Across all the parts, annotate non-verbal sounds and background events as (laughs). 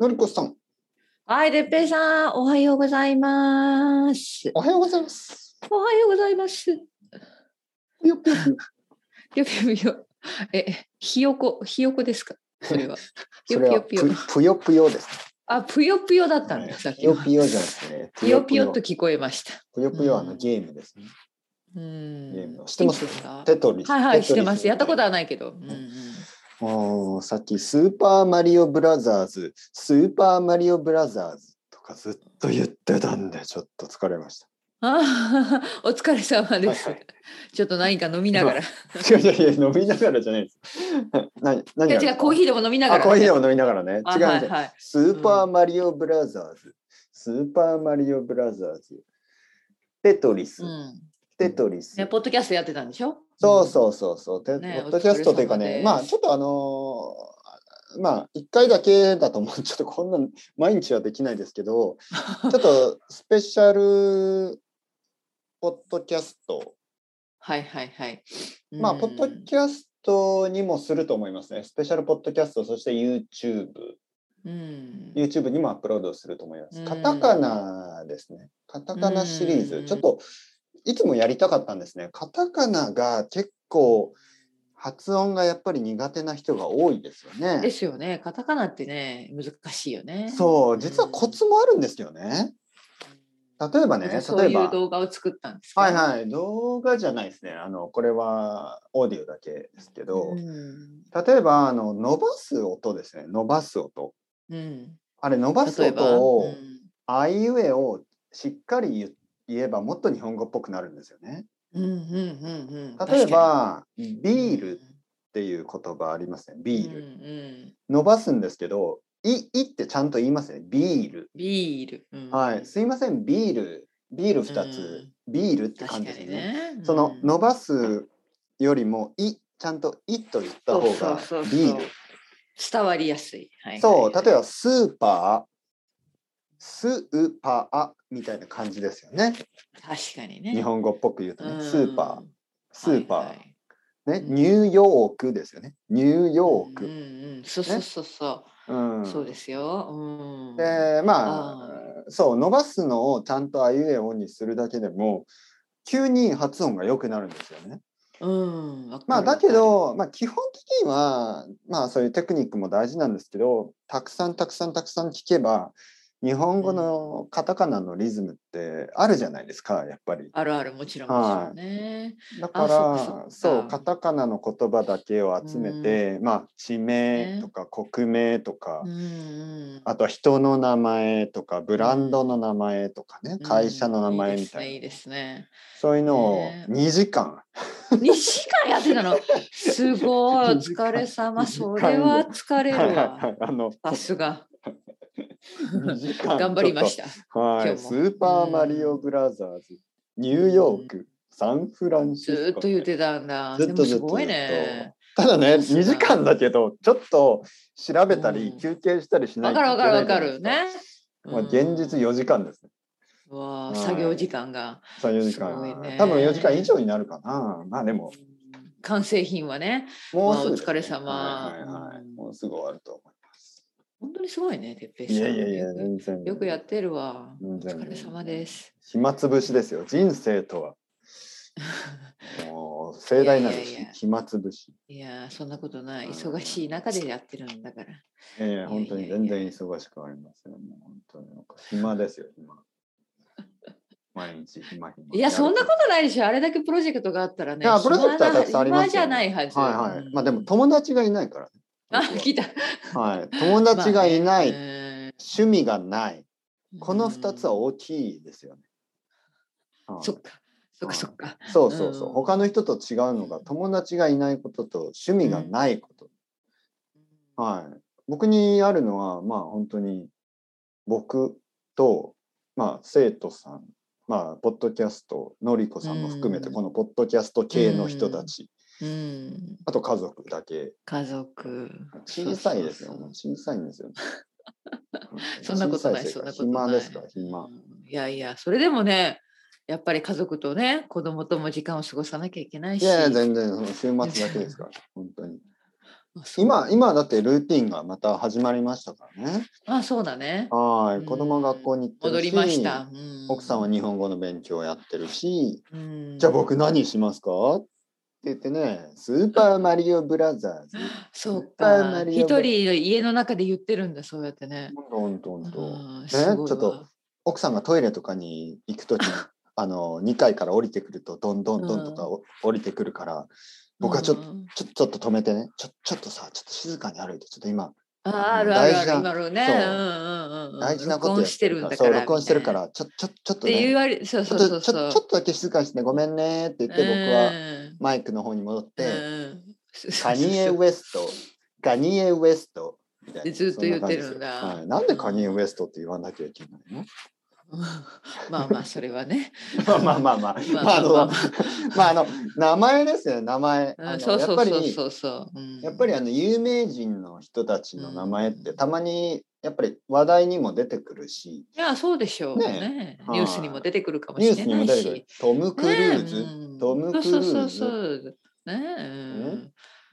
のりこさん、はい、てっぺいさん、おはようございます。おはようございます。おはようございます。ぷよ (laughs) ぷよぷよよぴよぴよ。え、ひよこ、ひよこですか。それは。 (laughs) それはぷよぷよぷぷよぷよです。あ、ぷよ (laughs) ぷよだったんねだ、さっぷきよ (laughs) の。ぷよじゃなくてね。ぷよぷよと聞こえました。ぷよぷよはあのゲームですね。うゲームん。知ってます元気ですかテトリス。はいはい、テ知っトリてスます。やったことはないけど。うんうん、おーさっきスーパーマリオブラザーズ、スーパーマリオブラザーズとかずっと言ってたんで、ちょっと疲れました。あー (laughs) お疲れ様です、はいはいちょっと何か飲みながら。 (laughs) いやいやいや、飲みながらじゃないです。 (laughs) 何何いや違う、コーヒーでも飲みながあ、ら。コーヒーを飲みながらね。違うんあですよはいはい。スーパーマリオブラザーズ、スーパーマリオブラザーズ、テトリス、うん。テトリス。ね、ポッドキャストやってたんでしょそううん。そうそうそう、テねポッドキャストというかお疲れ様ね、ですまあちょっとあのーまあ1回だけだと思う、ちょっとこんな毎日はできないですけど、 (laughs) ちょっとスペシャルポッドキャスト、はいはいはい。まあうんポッドキャストにもすると思いますね、スペシャルポッドキャスト、そして YouTube。うん。 YouTube にもアップロードすると思いまうす。んカタカナですね。カタカナシリーうズ。んちょっといつもやりたかったんですね。カタカナが結構発音がやっぱり苦手な人が多いですよでね。すよね。カタカナってね、難しいよね。そう、実はコツもあるんですよね。例えばうね、ん。例そうえいうば。動画を作ったんですはいはい、動画じゃないですね。あの、これはオーディオだけですけど、うん例えば、あの、伸ばす音ですね。伸ばす音。うん。あれ、伸ばす例えば、音を、うんあいうえをしっかり言言えばもっと日本語っぽくなるんですよね。うんうんうんうん。例えばビールっっていう言葉ありますね。てビーうル。んうん、伸ばすんですけど、い、いってちゃんと言いますね。ビール。ビール。うんはい。すいません、ビール。ビール2つ。ビールって感確じかですにね。ね。そのうん伸ばすよりも、い、ちゃんといと言った方がそうそうそうそうビール。伝わりやすい。はいはいそう、例えばスーパー、スーパーみたいな感じですよね。確かにね。日本語っぽく言うとうね。んスーパー。スーパー、はいはいね、うんニューヨークですよね。ニューヨーうんク。うん、そうそうそうそうう、んそうですよ。うん。でまあそう伸ばすのをちゃんとあいうえおにするだけでも急に発音が良くなるんですよね。うん。わかるまあだけ、ど、まあ、基本的にはまあそういうテクニックも大事なんですけどたくさんたくさんたくさん聞けば日本語のカタカナのリズムってあるじゃないですかやっぱり。あるあるもちろんもちはいろんね。だからあそっかそっかそうカタカナの言葉だけを集めて、まあ地名とか国名とか、うんうん。あとは人の名前とかブランドの名前とかね、会社の名前みたいな、うんいいですね。そういうのをね2時間、いいですね2時間やってたの。す (laughs) ごい。お疲れ様。それは疲れはいはいるはわ。い (laughs) あのさすが。 2時間頑張りましたた。は今い日もスーパーマリオブラザーズ、ニューヨークサンフランシスコずーっと言ってたんだ。ずっでもとずすっとごずいっとね。ただねさすが2時間だけどちょっと調べたりうん休憩したりしなわいかるわかるわかいるけないじ。ねゃないですかまあ、現実4時間ですねうん。わあ、はい作業時間が。 3、4時間すごいね多分4時間以上になるかなまあでも完成品はね。もうすぐですね、まあお疲れ様はいはいはいうんもうすぐ終わると思います。本当にすごいね、てっぺいさん。いやいやいや、全然。よくやってるわ。お全然疲れ様です。暇つぶしですよ。人生と (laughs) は。もう盛大なるいやいやいや暇つぶし。いやー、そんなことない。うん忙しい中でやってるんだから。ええ本当にいやいやい全や然忙しくありますよ。もう本当になんか暇 (laughs) ですよ。暇。毎日暇暇。いや、そんなこことないでしょ。あれだけプロジェクトがあったらね。いやプロジェクトはたくさんありますよ暇じゃないはず。はいはうい。んまあでも友達がいないから、ね。あ、僕は来た。はい。友達がいない、うん趣味がない。この2つは大きいですよね。はいそっか。そっかそっか。そうそうそう、うん他の人と違うのが友達がいないことと趣味がないこと、はい僕にあるのはまあ本当に僕とまあ生徒さんまあポッドキャストのりこさんも含めてうんこのポッドキャスト系の人たち、うん。あと家族だけ家族。小さいですよそうそうもう小さいんですよ、 (laughs) そうそんなことない、小さそん世な界ことな暇い。ですから暇うん。いやいや、それでもね、やっぱり家族とね、子供とも時間を過ごさなきゃいけないし。いやいや全然その週末だけですから本当にあそう今、今だってルーティンがまた始まりましたからね。あそうだね。はうんい、子供は学校に行ってる戻りし、ました。うん奥さんは日本語の勉強をやってるし、うんじゃあ僕何しますかって言ってね、スーパーマリオブラザーズ。そう絶対かマ。リ一オ人家の中で言ってるんだ、そうやってね。ほんとほんとほんと。あーねすごいわちょっと奥さんがトイレとかに行くとき (laughs) に、あの、2階から降りてくると、どんどんどんとかお降りてくるから、僕はちょっとうんちょちょっと止めてねちょちょっとさちょっと静かに歩いてちょっと今あーあるあるあ大事るな今のねそううんうんうんうん大事なこと録や音してるんだかそうら録音してるかみらちょちょちょっとたいなって言ねわれそうちそょっうそとうちょそうちょっとだけ静かにしてごめんねって言って僕はマイクの方に戻って「カニ (laughs) エ・上ウエスト」「カニエ・ウエスト」みたいなずっとそな感じです言ってるんだはい、なんでカニエ・ウエストって言わなきゃいけない (laughs) のまあまあそれ (laughs) はねまあまあまあまあまあまああのまあままああの名前ですよね名前うんあのそうやそっぱうりそうそうそううんやっぱりあの有名人の人たちの名前ってたまにやっぱり話題にも出てくるし、いやそうでしょうねねニュースにも出てくるかもニュしースれになもい出てくるしトム・クルーズ、ねうんトムクルーズそうそうそうそうねうねん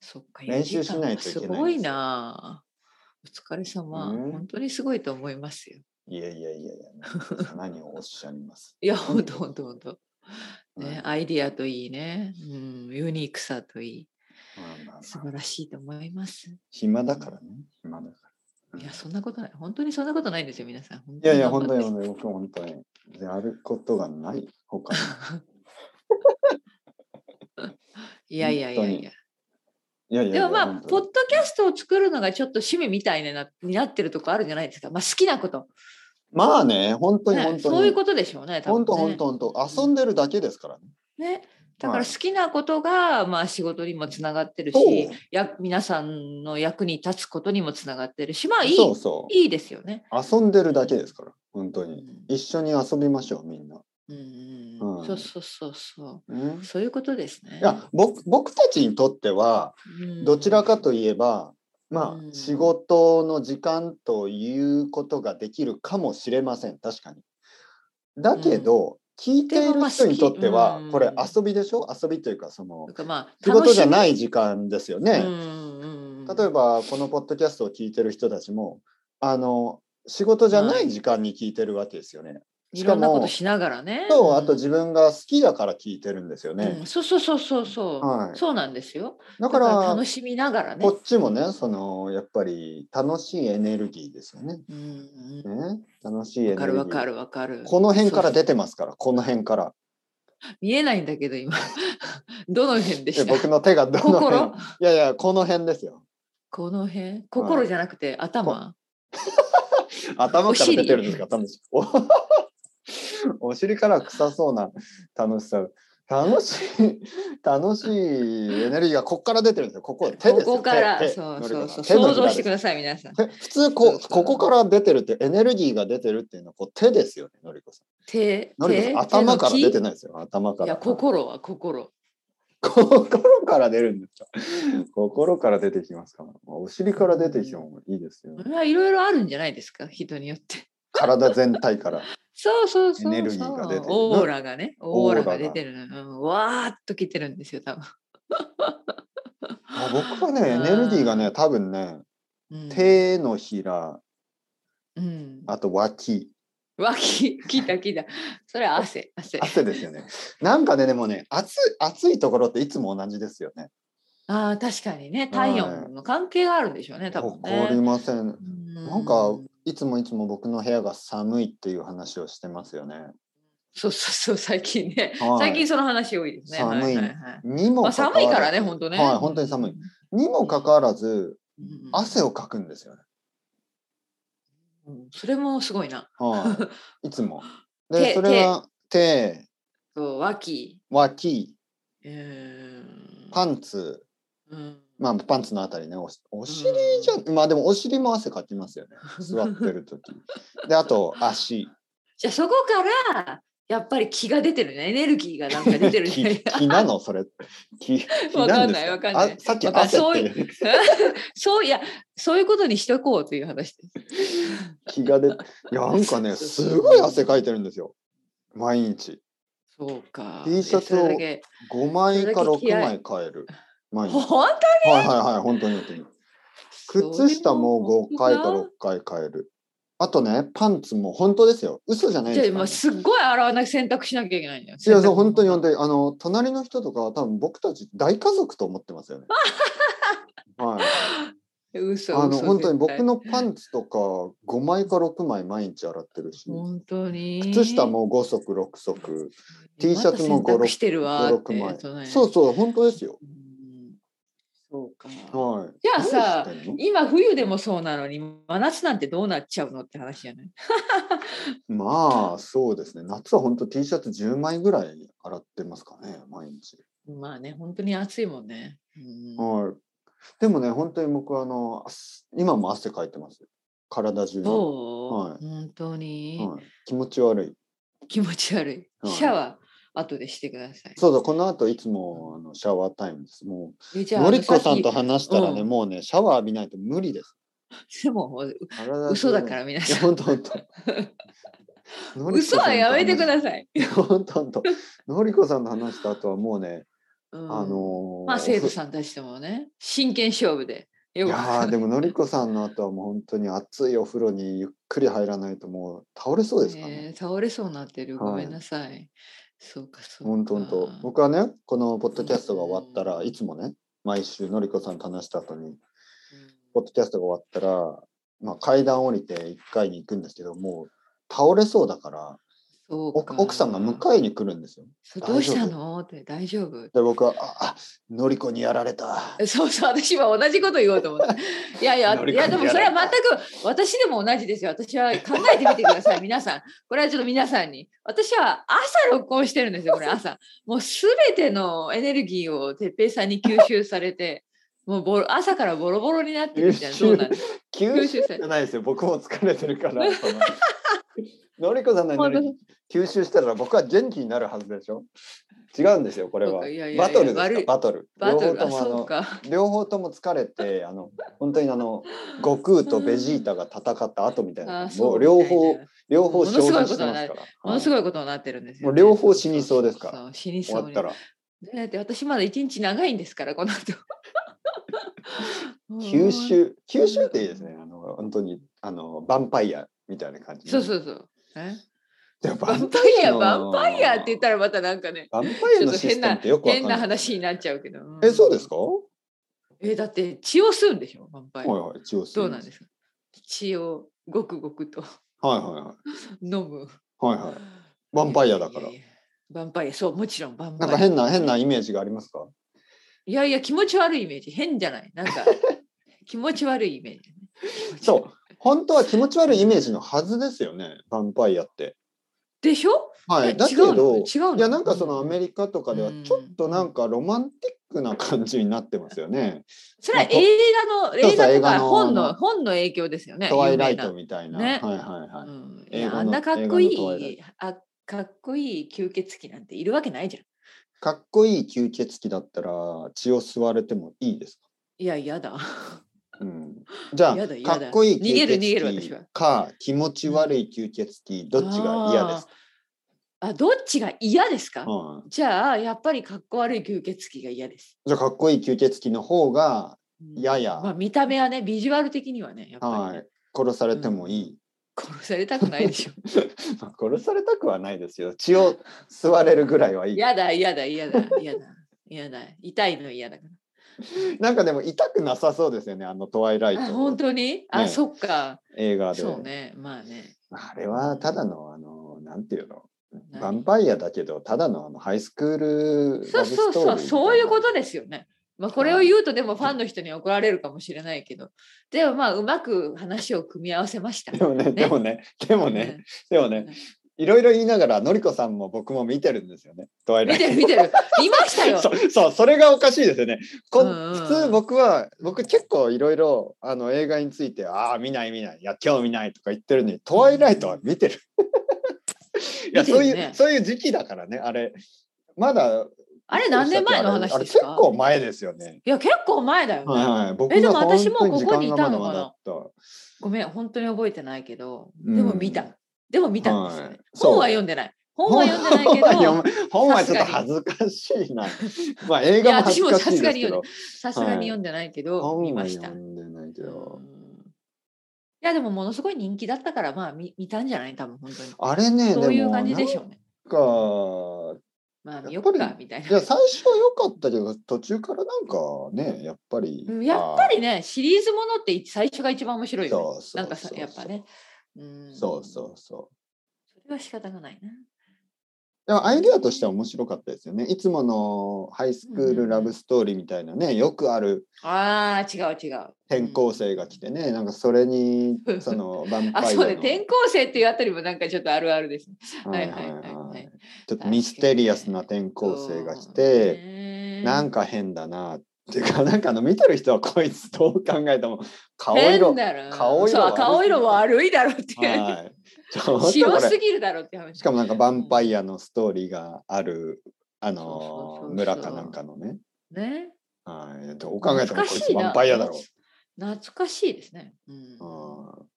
そっか練習しないといけないんですよすごいなお疲れ様ね本当にすごいと思いますよいやいやいやいや何をおっしゃいますいや、ほんとほんとほんと。 (laughs) ね、はアイディアといいね、うん、ユニークさといい、まあまあまあ素晴らしいと思います。暇だからね暇だかいや、そんなことない、本当にそんなことないんですよ、皆さん。らいやいや本当に頑本当張っに僕本当にやることがない他にて。いやいやいやいや。いやいやでもまあ、本当にポッドキャストを作るのがちょっと趣味みたいになになってるとこあるんじゃないですか。まあ、好きなこと。まあね本当に本当ね、に、そういうことでしょうね、多分本ね当本当本当遊んでるだけですからねね。だからはい好きなことが、まあ仕事にもつながってるし、そうや皆さんの役に立つことにもつながってるしまあいいそうそいいですよね。う遊んでるだけですから本当うにん一緒に遊びましょうみんな、うんううんん、そうそうそうそねうそういうことですね。いや僕僕たちにとってはうんどちらかといえば、まうんあ、仕事の時間ということができるかもしれません、確かに。だけど、聞いている人にとってはでもまあ好きう、んこれ遊びでしょ遊びというか、そのなん、かまあ仕事じゃないい時間ですようね。んうんうん、例えば、このポッドキャストを聞いてる人たちも、あの、仕事じゃない時間に聞いてるわけですよね。しいかろんなことも、しながらね。そうあと自分が好きだから聞いてるんですようね。んそうそうそうそうそう、はいそうなんですよ。だだかからら、楽しみながらね。こっちもね、その、やっぱり楽しいエネルギーですよね。うんうんね、楽しいエネわかルギるー。わかるわかる。この辺からそう出てますから、この辺から。そう見えないんだけど今 (laughs) どの辺でえした。僕の手がどの辺心いやいや、この辺ですよ。この辺心じゃなくて頭頭おから尻出てるんですか、楽しい。おお尻から臭そうな楽しさ。楽しい、楽しいエネルギーがここから出てるんですよ。ここ、手ですこよ。こから手手そのうりそこうさそんう手の想ひら像してですください皆さん手普通こそううそうここから出てるってエネルギーが出てるっていうのはこう手ですよねのりこさん手のりこ手さん頭から出ていないですよ頭かいらや心は心 (laughs) 心から出るんですか心から出てきますから。お尻から出てきてもいいですよ。それはいろいろあるんじゃないですか人によって体全体から。そうそうそうそうエネルギーが出てるオーラがねオーラオーラがが出てるの、うん、わーっときてるんですよ多分あ僕はね、エネルギーがね、多分ね、うん、手のひら、うん、あと脇、わききたきたそれは汗汗汗ですよね。なんかね、でもね、暑い、暑いところっていつも同じですよね。ああ確かにね体温の関係があるんでしょうね多わ分かりねません。ななんか、いつもいつも僕の部屋が寒いっていう話をしてますよね。そうそうそう最近ね、はい最近その話多いですね。寒いはははにもまあ、かかわ寒いかららねず、本当ね。はい本当に寒いにもかかわらず、うん。うん汗をかくんですよね。うんそれもすごいな。はい、いつ (laughs) も。手で、それは手、そう脇、脇、うーんパンツ、うんまあパンツのあたりね、おしお尻じゃ、まあでもお尻も汗かきますよね。座ってる時。で、あと足。 (laughs) じゃあそこからやっぱり気が出てるねエネルギーがなんか出て (laughs) る気ね。気なのそれ。気気わかなんでんなすいかわかん (laughs) ないあさっきわかん汗そうっいてそう (laughs) いやそういうことにしとこうという話です。気が (laughs) 出て。いや、なんかね、すごい汗かいてるんですよ。毎日。そうか。 T シャツをそれだけ5枚かそれだけ6気合枚買える。毎日。本はいはいはい、本当に本当に。当に靴下も5回か6回変える。あとね、パンツも本当ですよ。嘘じゃないじゃであすか今ら。すっごい洗わなきゃ洗濯しなきゃいけないんだよ。いや、そう、本当に本当当に。あの、隣の人とかは多分僕たち大家族と思ってますよ (laughs) ね。はい。に。嘘嘘あの、本当に絶対僕のパンツとか5枚か6枚毎日洗ってるし、本当に。靴下も5足、6足、また T シャツも洗5 6濯してるわ5、ーっ6枚て。隣。そうそう、本当ですよ。うんそうか。はい。じゃあさ何してんの今冬でもそうなのに真夏なんてどうなっちゃうのって話じゃないまあそうですね夏は本当 T シャツ10枚ぐらい洗ってますかね毎日、まあね本当に暑いもんね。うんはいでもね本当に僕あの汗今も汗かいてますよ体中に、はそう、はい本当に、い、気持ち悪い気持ち悪い。はいシャワー後でしてください。そうだこの後いつもあのシャワータイムですもえじうゃあのりこさんとさ話したらね、うんもうねシャワー浴びないと無理ですっきでもう体中に嘘だから皆いやさん。本当本 (laughs) 当嘘はやめてくいださい。本当本当のりこさんと話した後はもうね、うんあのーまあ生徒さんたちともね真剣勝負でよいくわやか (laughs) ーんでないものりこさんの後はもう本当に熱いお風呂にゆっくり入らないともう倒れそうですからね。ね倒れそうになってるはいごめんなさい。そうかそうか。本当本当。僕はねこのポッドキャストが終わったらいつもね毎週のりこさんと話した後にポッドキャストが終わったら、まあ、階段降りて1階に行くんですけどもう倒れそうだからそう奥か奥さんが迎えに来るんですよ。そうどうしたのって大丈夫で僕は「ああのりこにやられた」 (laughs) そうそう私は同じこと言おうと (laughs) 思った。いやいや乗いり込んやででもそれは全く私でも同じですよ。私は考えてみてください皆さん。これはちょっと皆さんに。私は朝録音してるんですよこれ朝。もうすべてのエネルギーを哲平さんに吸収されて。 (laughs) もうボロ朝からボロボロになってるみたいな吸収どうなんです (laughs) 吸吸収収じされゃないですよ僕も疲れてるから。 (laughs) そののりこさんなのに吸収したら僕は元気になるはずでしょ違うんですよこれそうはかいやいやいやバトルです悪かいバトルバト両ル方あともあそうのか。両方とも疲れ (laughs) てあの本当にあの悟空とベジータが戦った後みたいな、あもそうう両み方たいな両方ものすご消いこ費としてにまなすかるらものすはいごいことになってるんですよ、もう両方死にそうですからそう。死に終そうわっにた。らだって私まだ一日長いんですからこの (laughs) 後。吸収吸収っていいですねあの本当にあのヴァンパイアみたいな感じそうそうそう。えで (laughs) もヴヴァァンンパパイイアアヴのァンパイアって言ったらまたなんかねヴァンパイアのシステムってよくわかん変ないな話になっちゃうけど。んえそうですかえだって血を吸うんでしょヴァンパイア。はいはい一応どうなんですすか血をごくごくと (laughs) はいはいはい飲む。はいはいヴァンパイアだからいやいやいや。ヴァンパイアそうもちろんヴァンなパんかイア。変な変なイメージがありますかいやいや気持ち悪いイメージ変じゃないなんか (laughs) 気持ち悪いイメージ。そう本当は気持ち悪いイメージのはずですよねヴァンパイアって。でしょはえい、だけ違うのど違うのいやなんかそのアメリカとかではうんちょっとなんかロマンティックな感じになってますよね。それはまあと映画のそうそう映画映と画かの本あのの本の影響ですよね。トワイラ有イ名なトみたいな。ねはいはいはうい。んい映画やのあんなかっこい映画のトワイライいあかっこいい吸血鬼なんているわけないじゃん。かっこいい吸血鬼だったら血を吸われてもいいですいや嫌だ。か、うん、じゃあやだやだかっこいい逃げる吸血逃げる私は鬼か気持ち悪い吸血鬼どっちが嫌ですか、あーあどっちが嫌ですか、うん、じゃあやっぱりかっこ悪い吸血鬼が嫌です。じゃあかっこいい吸血鬼の方がうんやや、まあ見た目はねビジュアル的にはねやっぱりはね、い、殺されてもいい、殺されたくない (laughs) でしょ。まあ殺されたくはないですよ血を吸われるぐらいはいい嫌だ嫌だ嫌だ嫌だ嫌だ痛いの嫌だから。なんかでも痛くなさそうですよねあの「トワイライあ本ト当にあ、ねそっか」映画で、そうねまあねあれはただのあのなんていうのヴァ何ンパイアだけどただのあのハイスクールそラうブそうストーリーみたいうなそそういうことですよね。まあ、これを言うとでもファンの人に怒られるかもしれないけどでもまあうまく話を組み合わせました。でもねでもねでもねでもねいろいろ言いながらのりこさんも僕も見てるんですよね「トワイうんラ見イトてる見てる見ました」よ。 (laughs) そうそうそれがおかしいですよねこうんうんうん普通僕は僕結構いろいろあの映画について「ああ見ない見ないいや興味ない」とか言ってるのに「トワイライト」は見てるいや見てそうるねいうそういう時期だからねあれまだあれ何年前の話あれですか結構前ですよねいや結構前だよね。はいはい僕えでもが本当私もここにいたのかな時間がまだまだあっごめん本当に覚えてないけどうんでも見た、でも見たんですよねはい。そう本は読んでない本は読んでないけ本ど、は読 (laughs) む本はちょっと恥ずかしいな。まあ映画も恥ずかしいですけいや私もど。さすがに読んでないけど、見本はました。読んでないけどう。んいやでもものすごい人気だったからまあ見見たんじゃない多分本当に。あれね、そういでうもな感んじか、でしょうね。まあ見よっやっかぱみたいいやな。最初は良かったけど途中からなんかねやっぱりうんやっぱりねシリーズものって最初が一番面白いよね。そうそうそうなんかさやっぱね。うんそうそうそうそれは仕方がないな。でもアイデアとしては面白かったですよねいつものハイスクールラブストーリーみたいなねよくあるああ違う違う。転校生が来てねなんかそれにその (laughs) ヴァンパあイアのそうね転校生っていうあたりもなんかちょっとあるあるですね。はいはいはいはい。ちょっとミステリアスな転校生が来て、てなんか変だなっていうか (laughs) なんかあの見てる人はこいつどう考えても顔色変だろ顔色そう悪い顔色悪いだろっていう。はいちょっとこ (laughs) 白れすぎるだろうって話。しかもなんかヴァンパイアのストーリーがある、あそうそうそうのそうー村かなんかのね、ね。はい、どう考えてもこい懐かつしヴいなァンパイアだろ懐かしいですね。うんう。うん